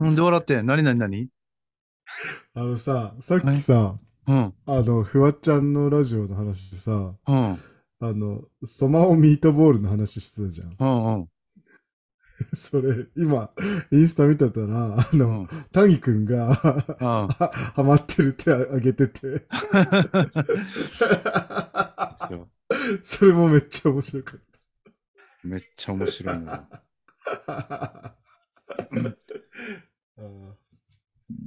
うんで笑って、何何何あのさ、さっきさ、うん、あの、フワちゃんのラジオの話でさ、うん、あの、ソマオミートボールの話してたじゃん。 うん、うん。それ、今、インスタ見てたら、あうの、ん、谷くんが、 あはハマってるってあげ てて。あ、いやそれもめっちゃ面白かっめっちゃ面白いな。 た。 あー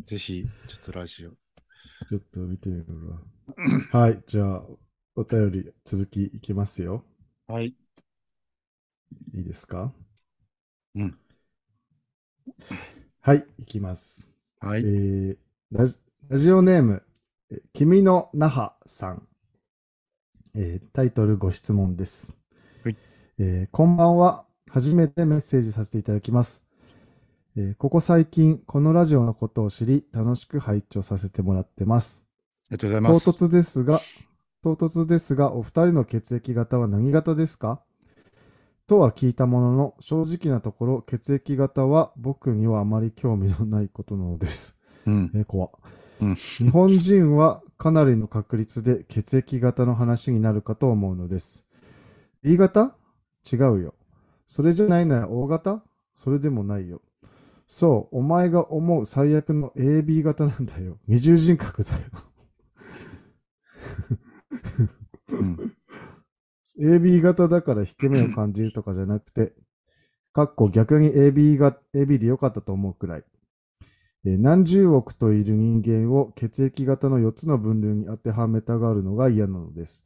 ぜひ、ちょっとラジオ。ちょっと見てみるわ。はい、じゃあ、お便り続きいきますよ。はい。いいですかうん。はい、いきます。はえい。ーラジラジオネーム、え君の那覇さん、えータイトルご質問です、はいえーこんばんは。初めてメッセージさせていただきます、えーここ最近、このラジオのことを知り、楽しく拝聴させてもらってます。ありがとうござい唐ます。突ですが、唐突ですが、お二人の血液型は何型ですかとは聞いたものの、正直なところ、血液型は僕にはあまり興味のないことなのです。 うん。ね、怖っうん日本人はかなりの確率で血液型の話になるかと思うのです。B 型違うよ。それじゃないなら O 型それでもないよ。そう、お前が思う最悪の AB 型なんだよ。二重人格だよ。 うん。 AB 型だから引け目を感じるとかじゃなくて、かっこ逆に AB, が AB で良かったと思うくらい、えー何十億といる人間を血液型の4つの分類に当てはめたがるのが嫌なのです。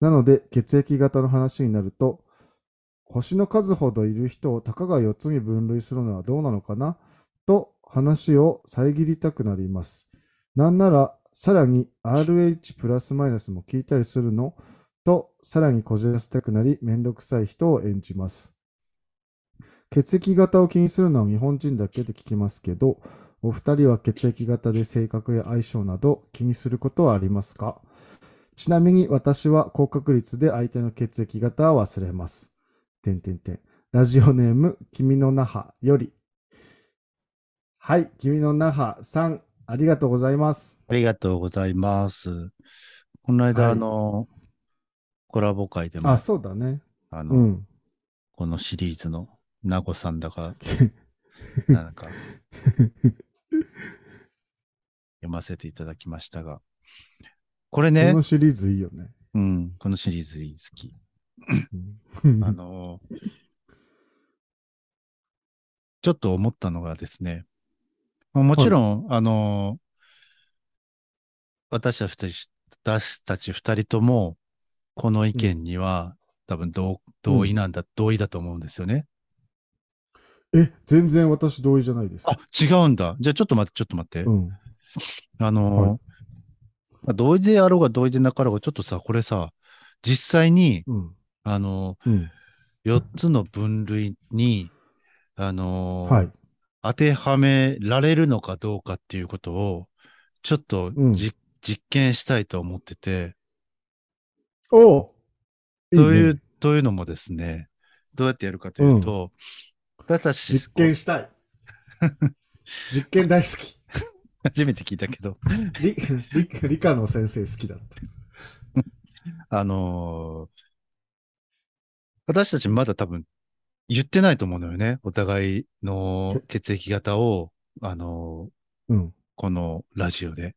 なので、血液型の話になると、星の数ほどいる人をたかが4つに分類するのはどうなのかなと話を遮りたくなります。なんなら、さらに RH プラスマイナスも聞いたりするのと、さらにこじらせたくなり、めんどくさい人を演じます。血液型を気にするのは日本人だけで聞きますけど、お二人は血液型で性格や相性など気にすることはありますかちなみに私は高確率で相手の血液型は忘れます。てんてんてん。ラジオネーム、君の那覇より。はい、君の那覇さん、ありがとうございます。ありがとうございます。この間、はいあの、コラボ会でも、あ、あそうだね。の、うん。このシリーズの、なごさんだ か、なんか、読ませていただきましたが、これね この、シリーズいいよね。うん、このシリーズ好き。うんあのーちょっと思ったのがですね、まあもちろん、あのー私たち、私たち二人とも、この意見には、多分同同意なんだ、同意だと思うんですよね。え、全然私同意じゃないです。あ、違うんだ。じゃあちょっと待って、ちょっと待って。うん。あのーはまあ同意であろうが同意でなかろうが、ちょっとさ、これさ、実際に、うん。あのうん。ー、4つの分類に、あのーはい。当てはめられるのかどうかっていうことを、ちょっとじ、うん実験したいと思ってて、おういいねという、というのもですね、どうやってやるかというと、私たち、実験したい。実験大好き。 初めて聞いたけど、理理理科の先生好きだった。あのー私たちまだ多分言ってないと思うのよね。お互いの血液型を、あのーうん。このラジオで。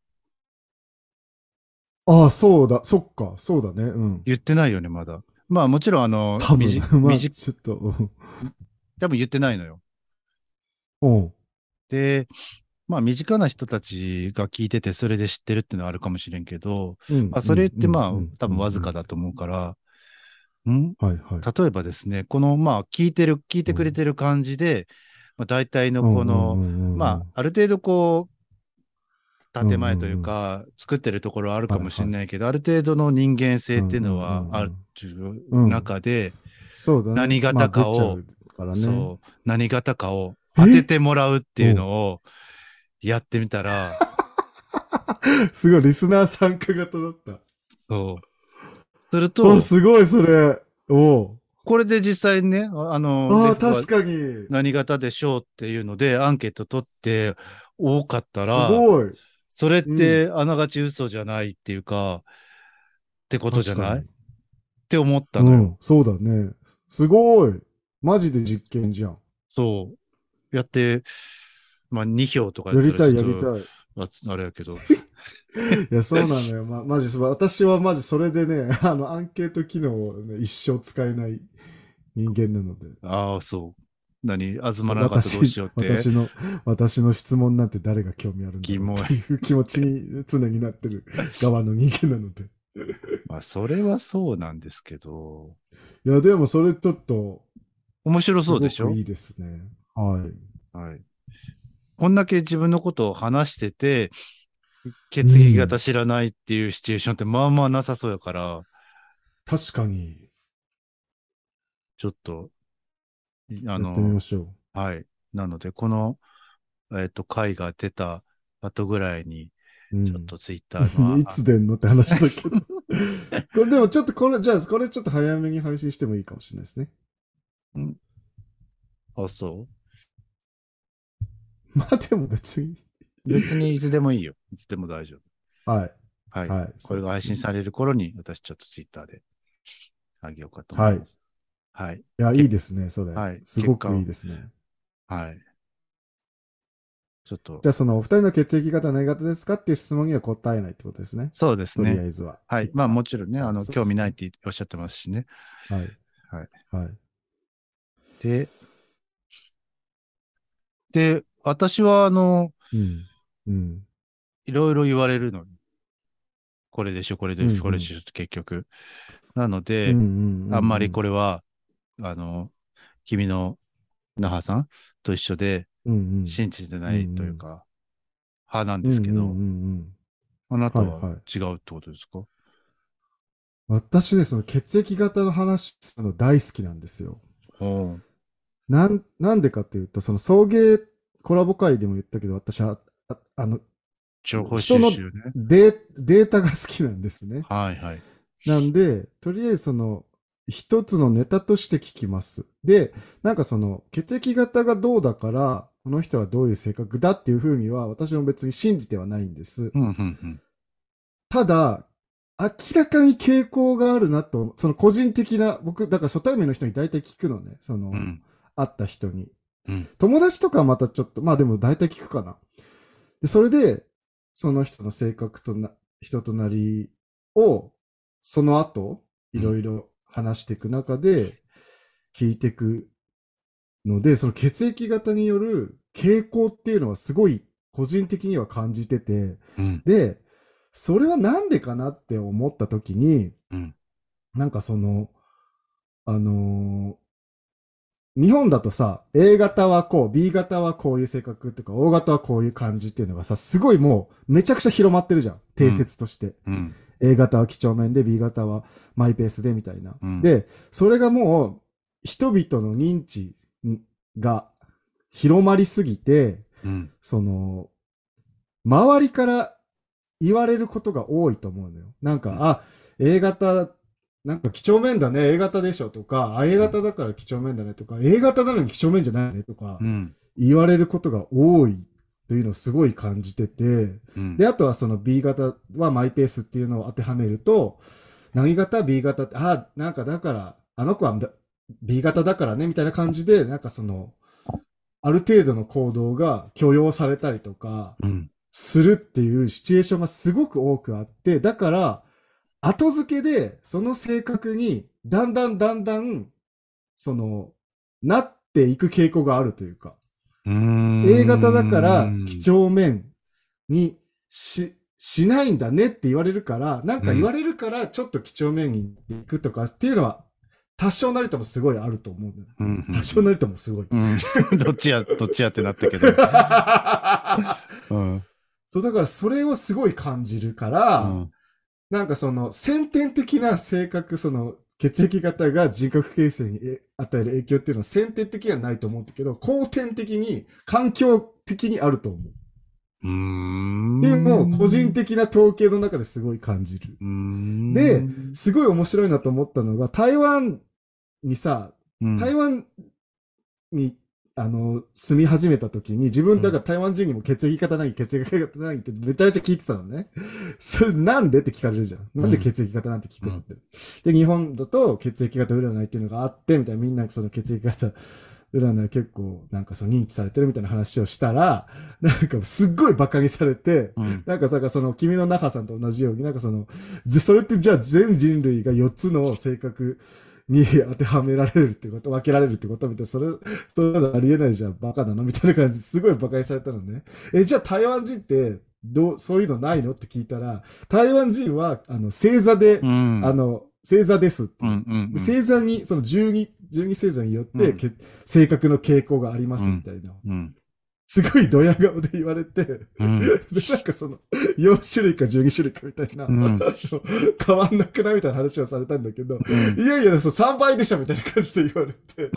ああ、そうだ。そっか。そうだね。うん。言ってないよね、まだ。まあもちろん、あの多分みじ、 まあ、みじちょっと、うん多分言ってないのよ。うん。で、まあ身近な人たちが聞いてて、それで知ってるっていうのはあるかもしれんけど、うん。まあそれってまあうん多分わずか。だと思うから、んうんはいはい。例えばですね、このまあ聞いてる、聞いてくれてる感じで、まあ大体のこの、のまあある程度こう、建前というか、作ってるところはあるかもしれないけど、ある程度の人間性っていうのうんはうんうんうんあるっていう中で、そうだね。何型かをまあ出ちゃうからね。そう、何型かを当ててもらうっていうのをやってみたら、すごい、リスナー参加型だった。そう。するおと、すごい、それ。おうこれで実際にね、ああの、ああ、レフは確かに。す何型でしょうっていうので、アンケート取って多かったら、ごい。それってあながち嘘じゃないっていうか、ってことじゃないっ確かて思ったにのよ。うん、そうだね。すごい。マジで実験じゃん。そう。やって、まあ、2票とかやりたい、やりい。たい。あつあれやけど。いや、そうなのよ。ま、マジ、私はマジそれでね、あの、アンケート機能をね、一生使えない人間なので。ああ、そう。何あずまらなかったらどうしようって。私私の、私の質問なんて誰が興味あるんだろうっていう気持ちに常になってる側の人間なので。まあ、それはそうなんですけど。 いや、でもそれちょっと、面白そうでしすごょくいいですね。はい。はい。こんだけ自分のことを話してて、血液型知らないっていうシチュエーションってまあまあなさそうやから、確かに、ちょっと、いあやってみの、ましょはい。なので、この、えっ、と、回が出た後ぐらいに、う。うんちょっとツイッターの、 いつ出んのって話だ けど。これでもちょっとこれ、じゃあこれちょっと早めに配信してもいいかもしれないですね。 あ、あそうまあでも別に。別にいつでもいいよ。いつでも大丈夫。はい。はい。はい。これが配信される頃に、私ちょっとツイッターであげようかと思はいいます。はい。いや、いいですね、それ。はいすごくいいですね。はい。ちょっとじゃ、あそのお二人の血液型は何型ですかっていう質問には答えないってことですね。そうですとりあね。えずは。はい。まあもちろんね、あの、そう興味ないっておっしゃってますしね。はい。はい。はい。で、で、私はあの、うん。うん。いろいろ言われるのに。これでしょ、これでうんうしんょ、これでしょ、結局。なのうで、んあんまりこれ。れは、あの、君の那覇さんと一緒でうんうん。信じてないというか、派なんですけうんうんどう、んうんあなたはいはは違うってことですか私ね、その血液型の話するの大好きなんですよ。うんなん、なんでかっていうと、その送迎コラボ会でも言ったけど、私は、ああの、情報収集ね。デーデータが好きなんですね。はいはい。なんで、とりあえずその、一つのネタとして聞きます。で、なんかその、血液型がどうだから、この人はどういう性格だっていうふうには、私も別に信じてはないんですう。んうんうん。ただ、明らかに傾向があるなと、その個人的な、僕、だから初対面の人に大体聞くのね、その、うん。会った人に。うん友達とかはまたちょっと、まあでも大体聞くかな。で、それで、その人の性格とな、人となりを、その後、いろいろ話していく中で、聞いていくので、その血液型による傾向っていうのはすごい個人的には感じてて、うん。で、それはなんでかなって思った時に、うんなんかその、あのー日本だとさ、A 型はこう、B 型はこういう性格とか、O 型はこういう感じっていうのがさ、すごいもう、めちゃくちゃ広まってるじゃん。定説として。うん。 A 型は几帳面で、B 型はマイペースで、みたいな。うんで、それがもう、人々の認知が広まりすぎて、うん。その、周りから言われることが多いと思うのよ。なんか、うんあ、A 型、なんか几帳面だね、A 型でしょとか、あ、A 型だから几帳面だねとか、A 型なのに几帳面じゃないねとかう、ん。言われることが多いというのをすごい感じてて、うんで、あとはその B 型はマイペースっていうのを当てはめると、何型 ?B 型って、あ、なんかだから、あの子は B 型だからね、みたいな感じで、なんかその、ある程度の行動が許容されたりとか、うん。するっていうシチュエーションがすごく多くあって、だから、後付けで、その性格に、だんだんだんだん、その、なっていく傾向があるというか。うーん A 型だから、几帳面にし、しないんだねって言われるから、なんか言われるから、ちょっと几帳面に行くとかっていうのは、多少なりともすごいあると思うのよ。うんうん多少なりともすごい。うんどっちや、どっちやってなったけど。うん。 そう、だからそれをすごい感じるかうら、んなんかその先天的な性格、その血液型が人格形成にえ与える影響っていうのは先天的にはないと思うんだけど、後天的に、環境的にあると思う。うーん。でも、個人的な統計の中ですごい感じる。うーん。ですごい面白いなと思ったのが、台湾にさ、うん、台湾に、あの、住み始めた時に、自分、だから台湾人にも血液型ない、血液型ないってめちゃめちゃ聞いてたのね。 それなんでって聞かれるじゃん。なんで血液型なんて聞くのって。で、日本だと血液型占いっていうのがあって、みたいな、みんなその血液型占い結構、なんかその認知されてるみたいな話をしたら、なんかすっごい馬鹿にされて、うん。なんかさ、その、君の那覇さんと同じように、なんかその、ぜそれってじゃあ全人類が4つの性格に当てはめられるってこと、分けられるってことみたいな、それ、そんなのありえないじゃん、バカなのみたいな感じですごい馬鹿にされたのね。え、じゃあ台湾人って、どう、そういうのないのって聞いたら、台湾人は、あの、星座で、うん。あの、星座ですって。うんうんうん。星座に、その12、12星座によって、うんけ性格の傾向がありますみたいな。うん。すごいドヤ顔で言われて、うん。で、なんかその、4種類か12種類かみたいな、うんあの変わんなくないみたいな話をされたんだけど、うんいやいや、そう3倍でしょみたいな感じで言われて。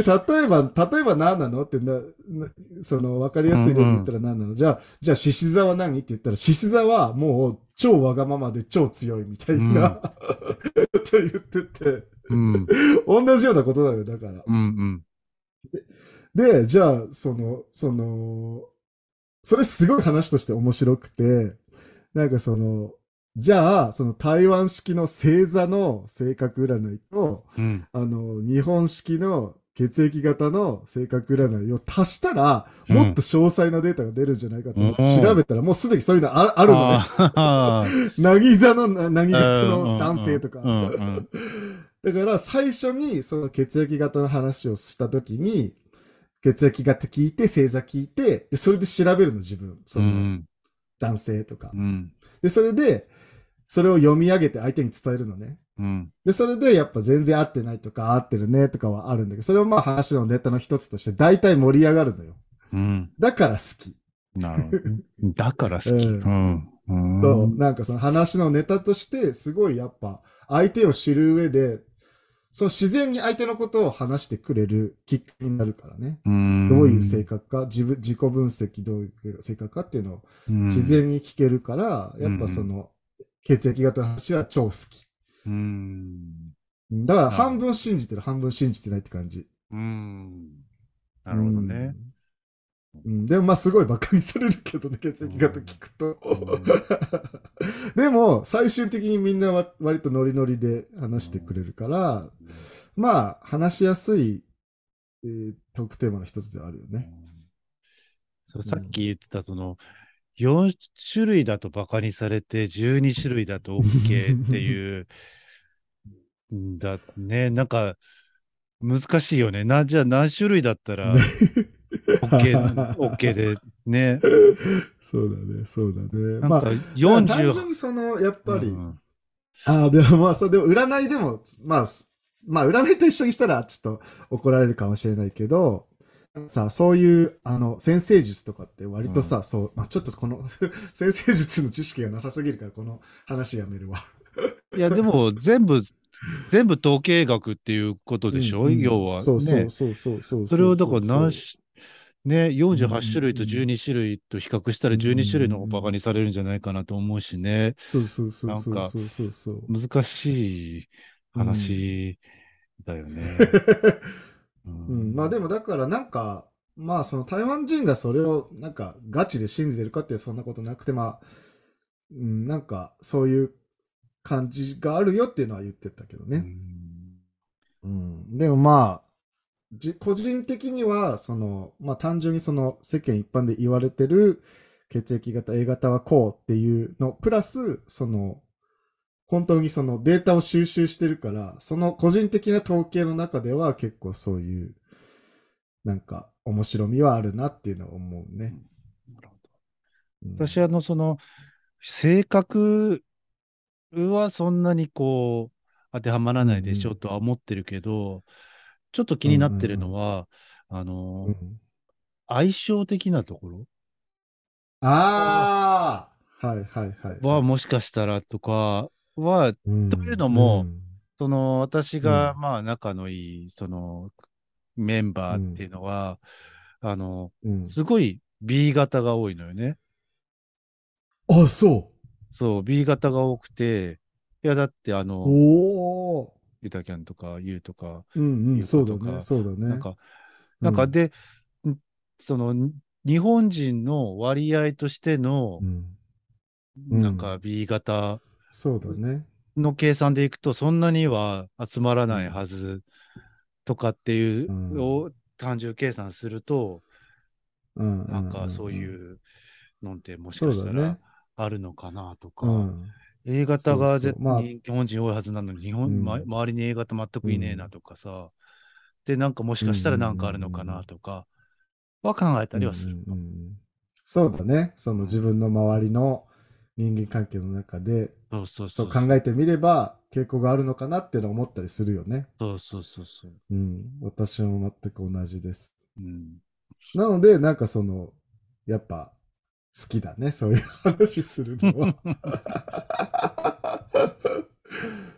で、例えば、例えば何なのってな、なその、わかりやすい例で言ったら何なの、じゃあ、じゃあ、獅子座は何って言ったら、獅子座はもう超わがままで超強いみたいな、うん と言ってて、うん。同じようなことだよ、だから。うん。で、じゃあ、その、その、それすごい話として面白くて、なんかその、じゃあ、その台湾式の星座の性格占いと、うん。あの、日本式の血液型の性格占いを足したら、うんもっと詳細なデータが出るんじゃないかと思ってうん調べたら、もうすでにそういうのああるのね。あーなぎ座のな、なぎ型うんうんうんの男性とかう。んうんだから最初にその血液型の話をした時に血液型聞いて星座聞いてでそれで調べるの自分そうのん。男性とか、うん。でそれでそれを読み上げて相手に伝えるのねうん。でそれでやっぱ全然合ってないとか合ってるねとかはあるんだけどそれはまあ話のネタの一つとして大体盛り上がるのようん。だから好き、なるほど。だから好き。う。うんうんそうなんかその話のネタとしてすごいやっぱ相手を知る上でその自然に相手のことを話してくれるきっかけになるからねうん。どういう性格か、自分、自己分析、どういう性格かっていうのをうん自然に聞けるから、やっぱその、血液型の話は超好き。うん。だから半分信じてる、半分信じてないって感じ。うん。なるほどね。うん。うんでもまあすごい馬鹿にされるけどね、血液型聞くと。 でも、最終的にみんなわ割とノリノリで話してくれるから、まあ、話しやすい、えー、トークテーマの一つではあるよね。そうさっき言ってた、その、4種類だとバカにされて、12種類だと OK っていう、んだね、なんか、難しいよね。な、じゃあ何種類だったら OK、OK で、ね。そうだね、そうだね。なんまかあ、 40、単純にその、やっぱり、うんああ、でもまあ、そう、でも占いでも、まあ、すまあ、占いと一緒にしたら、ちょっと怒られるかもしれないけど、さあ、そういう、あの、先生術とかって割とさ、そう、まあ、ちょっとこの、 先生術の知識がなさすぎるから、この話やめるわ。いや、でも、全部、全部統計学っていうことでしょ、うんうん要は、ね。そうそうそうそううう。それをだから何し、ね、うんうん48種類と12種類と比較したらうんうん12種類の方がバカにされるんじゃないかなと思うしね、そうそうそうそなんうかそうそうそう。難しい話だよね。 うん、まあでもだからなんか、まあその台湾人がそれをなんかガチで信じてるかってそんなことなくて、まあ、うん、なんかそういう感じがあるよっていうのは言ってたけどうね。んうん、でもまあ、じ個人的には、その、まあ単純にその世間一般で言われてる血液型、A 型はこうっていうの、プラス、その、本当にそのデータを収集してるから、その個人的な統計の中では結構そういう、なんか面白みはあるなっていうのは思うね。なるほどうん私、あの、その、性格はそんなにこう、当てはまらないでしょうとは思ってるけど、ちょっと気になってるのは、あの、うん相性的なところああはいはいはい。はもしかしたらとかは、うんというのもうんその私が、うまあ仲のいいそのメンバーっていうのは、あのうんすごい B 型が多いのよね。あ、そそう、B 型が多くて、いや、だってあうの、おおユタキャンとか、ユウとか、ーうんういん、うこそうだとかね、そうだね。なんか、なんかで、んその、に日本人の割合としてのう、ん、うんなんか B 型そうだね。の計算でいくと、そんなには集まらないはずとかっていう、うんを単純計算すると、うん、なんかそううん、いうのってもしそかうしただらね。あるのかなとか、うん、 A 型がそう絶そうまあ対に日本人多いはずなのに、日本、うんま周りに A 型全くいねえなとかさ、で、なんかもしかしたらなんかあるのかなとか、は考えたりはする。うんうんうんそうだね。その自分の周りの人間関係の中で、そうそうそそうう考えてみれば傾向があるのかなっていうのを思ったりするよね。そうそうそうそう。うん。私も全く同じです。うん。なので、なんかその、やっぱ好きだね。そういう話するのは。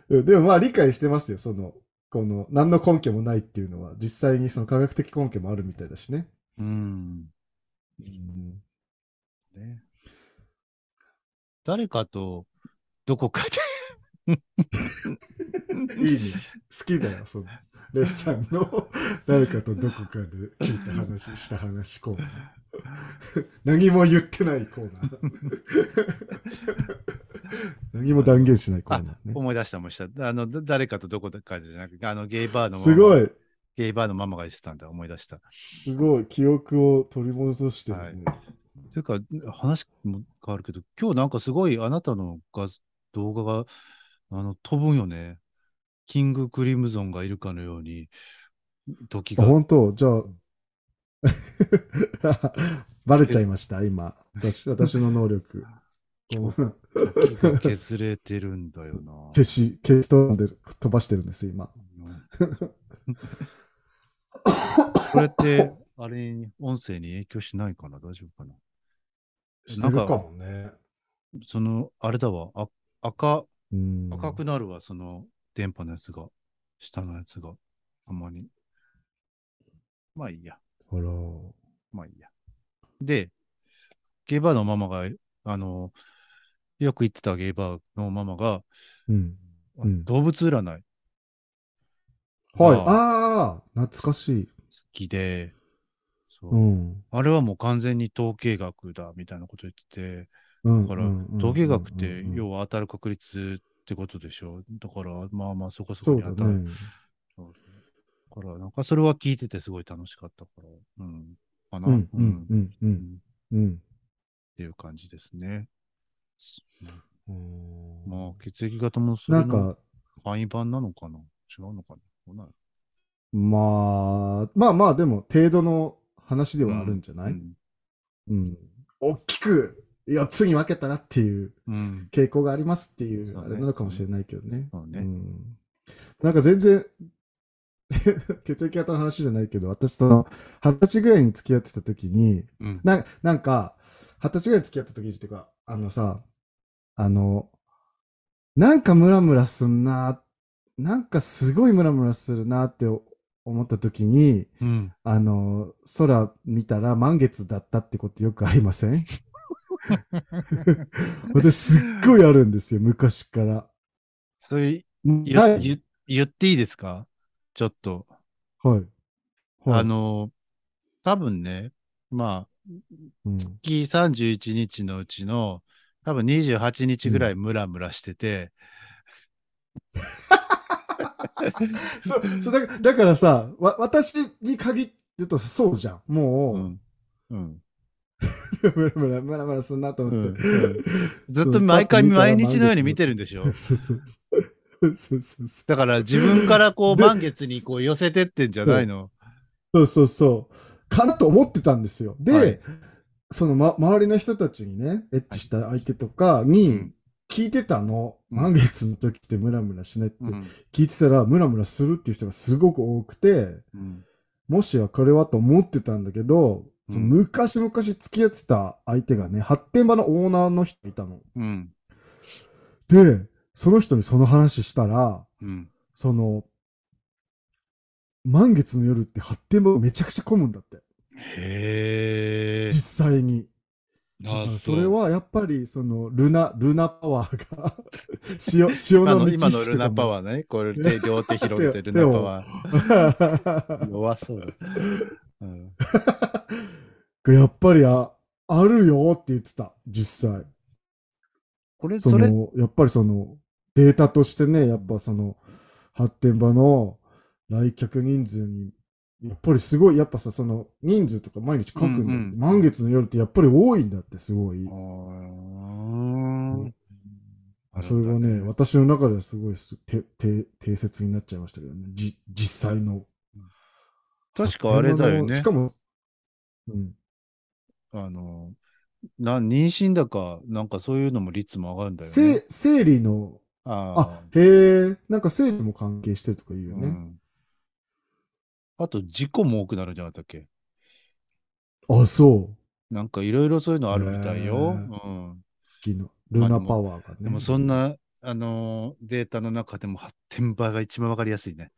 うんでもまあ理解してますよ。その、この何の根拠もないっていうのは実際にその科学的根拠もあるみたいだしね。うん。うんね。誰かと、どこかでいいね。好きだよ、その、レフさんの 誰かとどこかで聞いた話、した話コーナー。 何も言ってないコーナ ー。何も断言しないコーナーね。思い出したもんした。あの、だ誰かとどこかでじゃなくて、あの、ゲイバーのママすごい、ゲイバーのママが言ってたんだ、思い出した。すごい、記憶を取り戻してるね。ていうか、話も変わるけど、今日なんかすごいあなたの画像動画があの飛ぶんよね。キングクリムゾンがいるかのように、時あ、が。本当じゃあ、 バレちゃいました、今。私私の能力。 今日時が削れてるんだよ な。消し、消し飛んでる、飛ばしてるんです、今。うんこれって、あれに、音声に影響しないかな大丈夫かなしてるかもね。その、あれだわ、あ赤、うん赤くなるわ、その、電波のやつが、下のやつが、たまに。まあいいや、あら。まあいいや。で、ゲイバーのママが、あの、よく行ってたゲイバーのママが、うん。あうん動物占い好はい。あああ、懐かしい。きで、そううん。あれはもう完全に統計学だ、みたいなこと言ってて、だだから、統計学って、く要は当たる確率ってことでしょ。だから、まあまあ、そこそこそうにだ当たる。ね。そうだから、なんかそれは聞いててすごい楽しかったから、うん。かな、うん、ううんん、うん、うんうん、っうん。ていう感じですね。うんまあ、血液型もそれなんのか、範囲版なのかな違うのかなどうなのまあ、まあまあ、でも、程度の話ではあるんじゃないうんうん。大きく4つに分けたらっていううん。傾向がありますっていう、そうあねれなのかもしれないけどね。そううね。ん。なんか全然、 血液型の話じゃないけど、私その、二十歳ぐらいに付き合ってた時に、うん。ななんか、二十歳ぐらい付き合った時っていうか、あのさ、あの、なんかムラムラすんな、なんかすごいムラムラするなって思った時に、うん。あの、空見たら満月だったってことよくありません 私すっごいあるんですよ、昔から。それ、ゆはい。ゆ言っていいですかちょっと。はい。はいあ、の、多分ね、まうんあ、月31日のうちの、多分28日ぐらいムラムラしてて、そう、そうだからだからさ、わ、私に限るとそうじゃん。もう、うんうんムラムラ、ムラムラすんなと思って。うんうんずっと毎回、毎日のように見てる。るんでしょそうそうそう。そうそうそだから自分からこう で満月にこう寄せてってんじゃないのう。そうそうそう。かなと思ってたんですよ。で、はいその、ま、周りの人たちにね、エッチした相手とかに聞いてたの。うん満月の時ってムラムラしないってうん聞いてたら、ムラムラするっていう人がすごく多くて、うんもしやこれはと思ってたんだけど、うんその昔々付き合ってた相手がね、発展場のオーナーの人がいたの。うんで、その人にその話したら、うんその、満月の夜って発展場がめちゃくちゃ混むんだって。へえ実際に。だかあらそれはやっぱりそのルナ、ルナパワーが 潮、潮 今のの満今ちの引きルとかナもパワーね。これ手、両手広げて手ルをナパワ ー。ー弱そうだ。うん、 がやっぱりああるよって言ってた、実際。これ、そそれ、のやっぱりそのデータとしてね、やっぱその発展場の来客人数に、やっぱりすごい、やっぱさ、その人数とか毎日書くんだって、うんうん満月の夜ってやっぱり多いんだって、すごい。うーんあるそんれだがね、私の中ではすごいすてて定説になっちゃいましたけどね、じ実際の。確かあれだよねし。かも、うん、あの、な、妊娠だか、なんかそういうのも率も上がるんだよね。せ生理の、ああへえ、なんか生理も関係してるとか言うーようね。ん。あと、事故も多くなるんじゃなかったっけあ、そう。なんかいろいろそういうのあるみたいよ。うねん。好きな、ルナパワーがね。でもそんな、あのーデータの中でも発展場が一番わかりやすいね。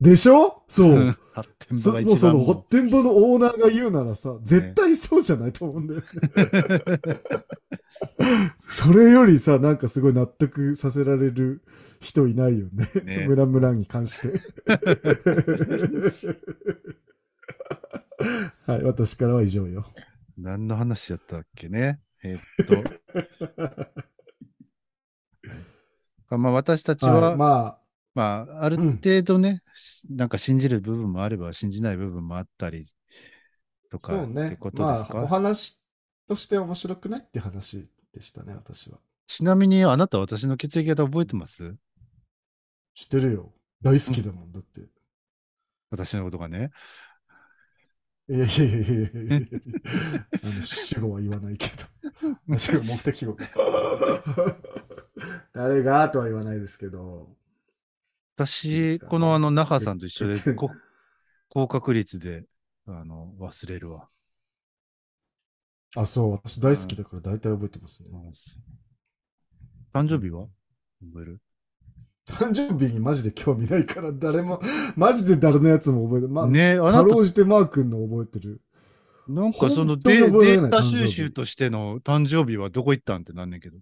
でしょ そうう。ん発展場そがもう一そ番の、ホッもテンボのオーナーが言うならさ、絶対そうじゃないと思うんだ よね。それよりさ、なんかすごい納得させられる人いないよね。ねムラムラに関して。はい、私からは以上よ。 何の話やったっけね。えーっと。 まあ私たちは、はい、ままあ、ある程度ね、しなんか信じる部分もあれば、信じない部分もあったりとあ、かそうってねこ。とですまか、あ、お話として面白くないって話でしたね、私は。ちなみに、あなた私の血液型覚えてます知ってるよ。大好きだもん、だって。私のことがね。いやいやいやいやいやいやあ の主語は言わないけ ど。主語、目的語。誰がとは言わないですけど。いいで私、すかこのあの、那覇さんと一緒えで、えこ高確率で、あの、忘れるわ。あ、そう。私大好きだから大体覚えてますね。誕生日は覚える誕生日にマジで興味ないから、誰も、マジで誰のやつも覚えてまあ、ねえ、あかなたろ、うじてマー君の覚えてる。なんかその本当にデ覚えデられないータ誕生収日集としての誕生日はどこ行ったんってなんねんけど。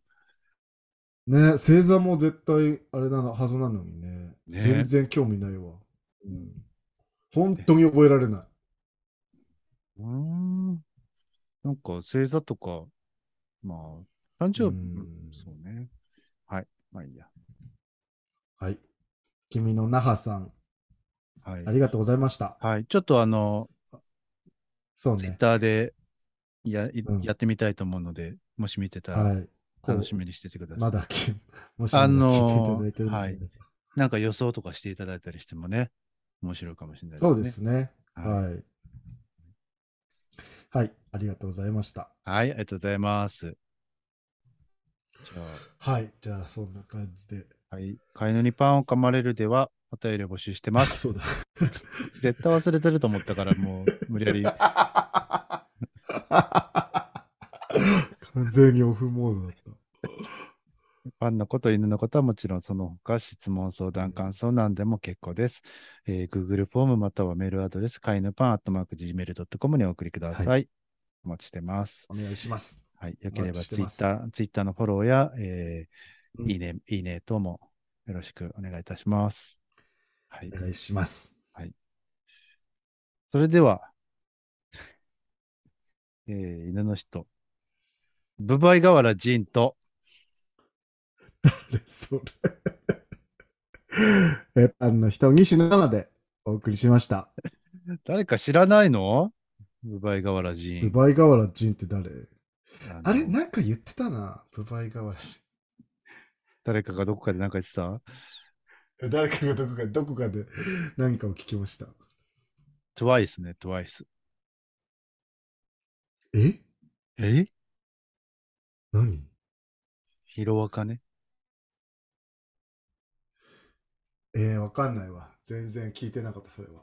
ね星座も絶対あれなのはずなのにね。ね全然興味ないわ。うん。本当に覚えられない。うーん。なんか星座とか、まあ、誕生日、うんうんそうね。はい。まあいいや。はい。君の那覇さん、はいあ。りがとうございました。はい。ちょっとあの、そうツイッね。ターでや、いうんやってみたいと思うので、もし見てたらはい。楽しみ。みにしててください。まだき、もしあまだのー聞いていただいてるので、はいなんか予想とかしていただいたりしてもね、面白いかもしれないですね。そうですね。ははい。はい。ありがとうございました。はい。ありがとうございます。じゃあ。はい。じゃあ、そんな感じで。はい。飼い犬にパンを噛まれるでは、お便りを募集して ます。そうだ。絶対忘れてると思ったから、もう無理やり。完全にオフモードだった。 パンのこと、犬のことはもちろんその他、質問、相談、感想なんでも結構です。えー Google フォームまたはメールアドレス、飼い犬パン、アットマーク、gmail.com にお送りください。はお待ちしてます。お願いします。はい。よけれおば待ちしツてイまッすター、ツイッターのフォローや、えーうんいいね、いいね等もよろしくお願いいたします。はいお。願いします。それでは、えー犬の人、ブバイガワラジンと、でそれ。え、パンの人、西野7でお送りしました。誰か知らないのブバイガワラジブン。バイガワラジンって誰のあれなんか言ってたな。ブバイガワラジ誰かがどこかで何か言ってたン。 誰かがどこか、どこかで 何かを聞きました。 ?TWICE ね、TWICE。ええ何ヒロアカね。えー、わかんないわ。全然聞いてなかった、それは。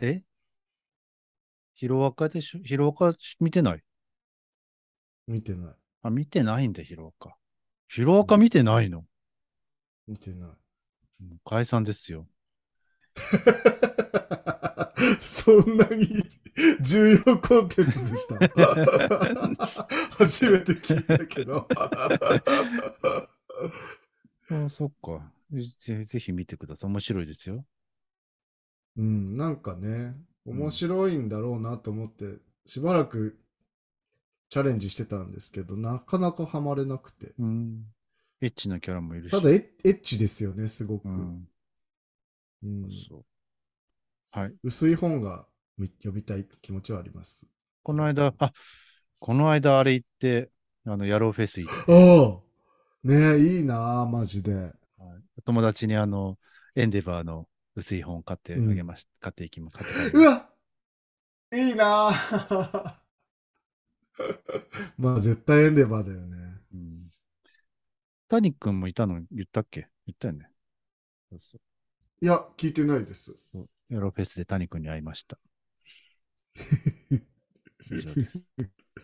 えヒロアカでしょヒロアカ見てない見てない。あ、見てないんだ、ヒロアカ。ヒロアカ見てないの、見てない。うん解散ですよ。 そんなに 重要コンテンツでした。 初めて聞いたけど。 あそっかぜ。ぜひ見てください。面白いですよ。うん、なんかね、うん面白いんだろうなと思って、しばらくチャレンジしてたんですけど、なかなかハマれなくて。うん。エッチなキャラもいるし。ただエ、エッチですよね、すごく。ううんん。そう。薄い本がみ読みたい気持ちはあります。この間、あ、この間あれ行って、あの、野郎フェス行って、ああねえ、いいなあ、マジで。友達にあの、エンデバーの薄い本買ってあげました。買っていきま、買って帰りましうわいいなあ まあ、絶対エンデバーだよね。うん。谷君もいたの言ったっけ言ったよね。そうそいや、聞いてないです。う。野郎フェスで谷君に会いました。 以上です。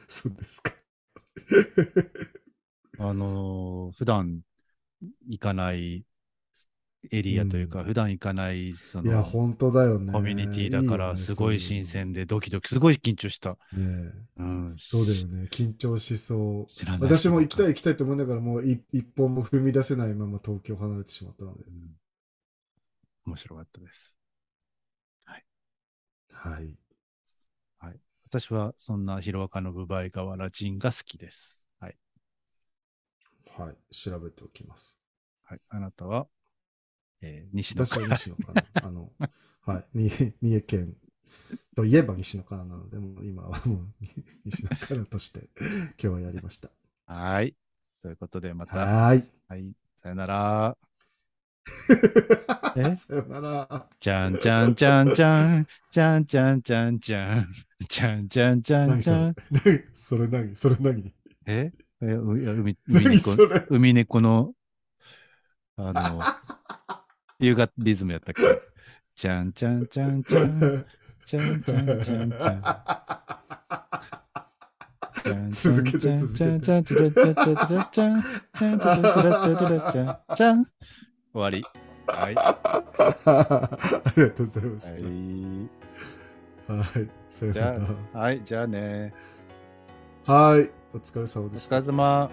そうですか。あのー普段行かないエリアというか、普段行かない、そ いや、の、本当だよね。コミュニティだから、すごい新鮮で、ドキドキ、すごい緊張した。そういうの。ねえうん。そうだよね。緊張しそう。知らない私も行きたいい。行きたいと思いながら、もうい一本も踏み出せないまま東京を離れてしまったのでう。ん面白かったです。はい。私はそんなヒロアカのブバイガワラジンが好きです。はい。はい。調べておきます。はい。あなたは、えー西野私は西野かな。 あの、はい。に三重県といえば西野からなので、もう今はもう西野からとして 今日はやりました。はい。ということで、また、ははーい。い。さよなら。え さよなら。じゃんじゃんじゃんじゃん、じゃんじゃんじゃんじゃん、じゃんじゃんじゃん何じそゃれん。何それ何それ何ええういや 海、海何猫そ、れ海猫の、あの、夕方リズムやったっけじゃんじゃんじゃんじゃん、じゃんじゃんじゃんじゃ ん。続けて続けてじゃんじゃんじゃんじゃんじゃんじゃんじゃんじゃんじゃんじゃんじゃんじゃんじゃんじゃんじゃんじゃん終わり。はい。はありがとうございました。い。はい。さよじなゃあ、はい、じゃあね。ら。はい。お疲れ様おでした疲。れ様。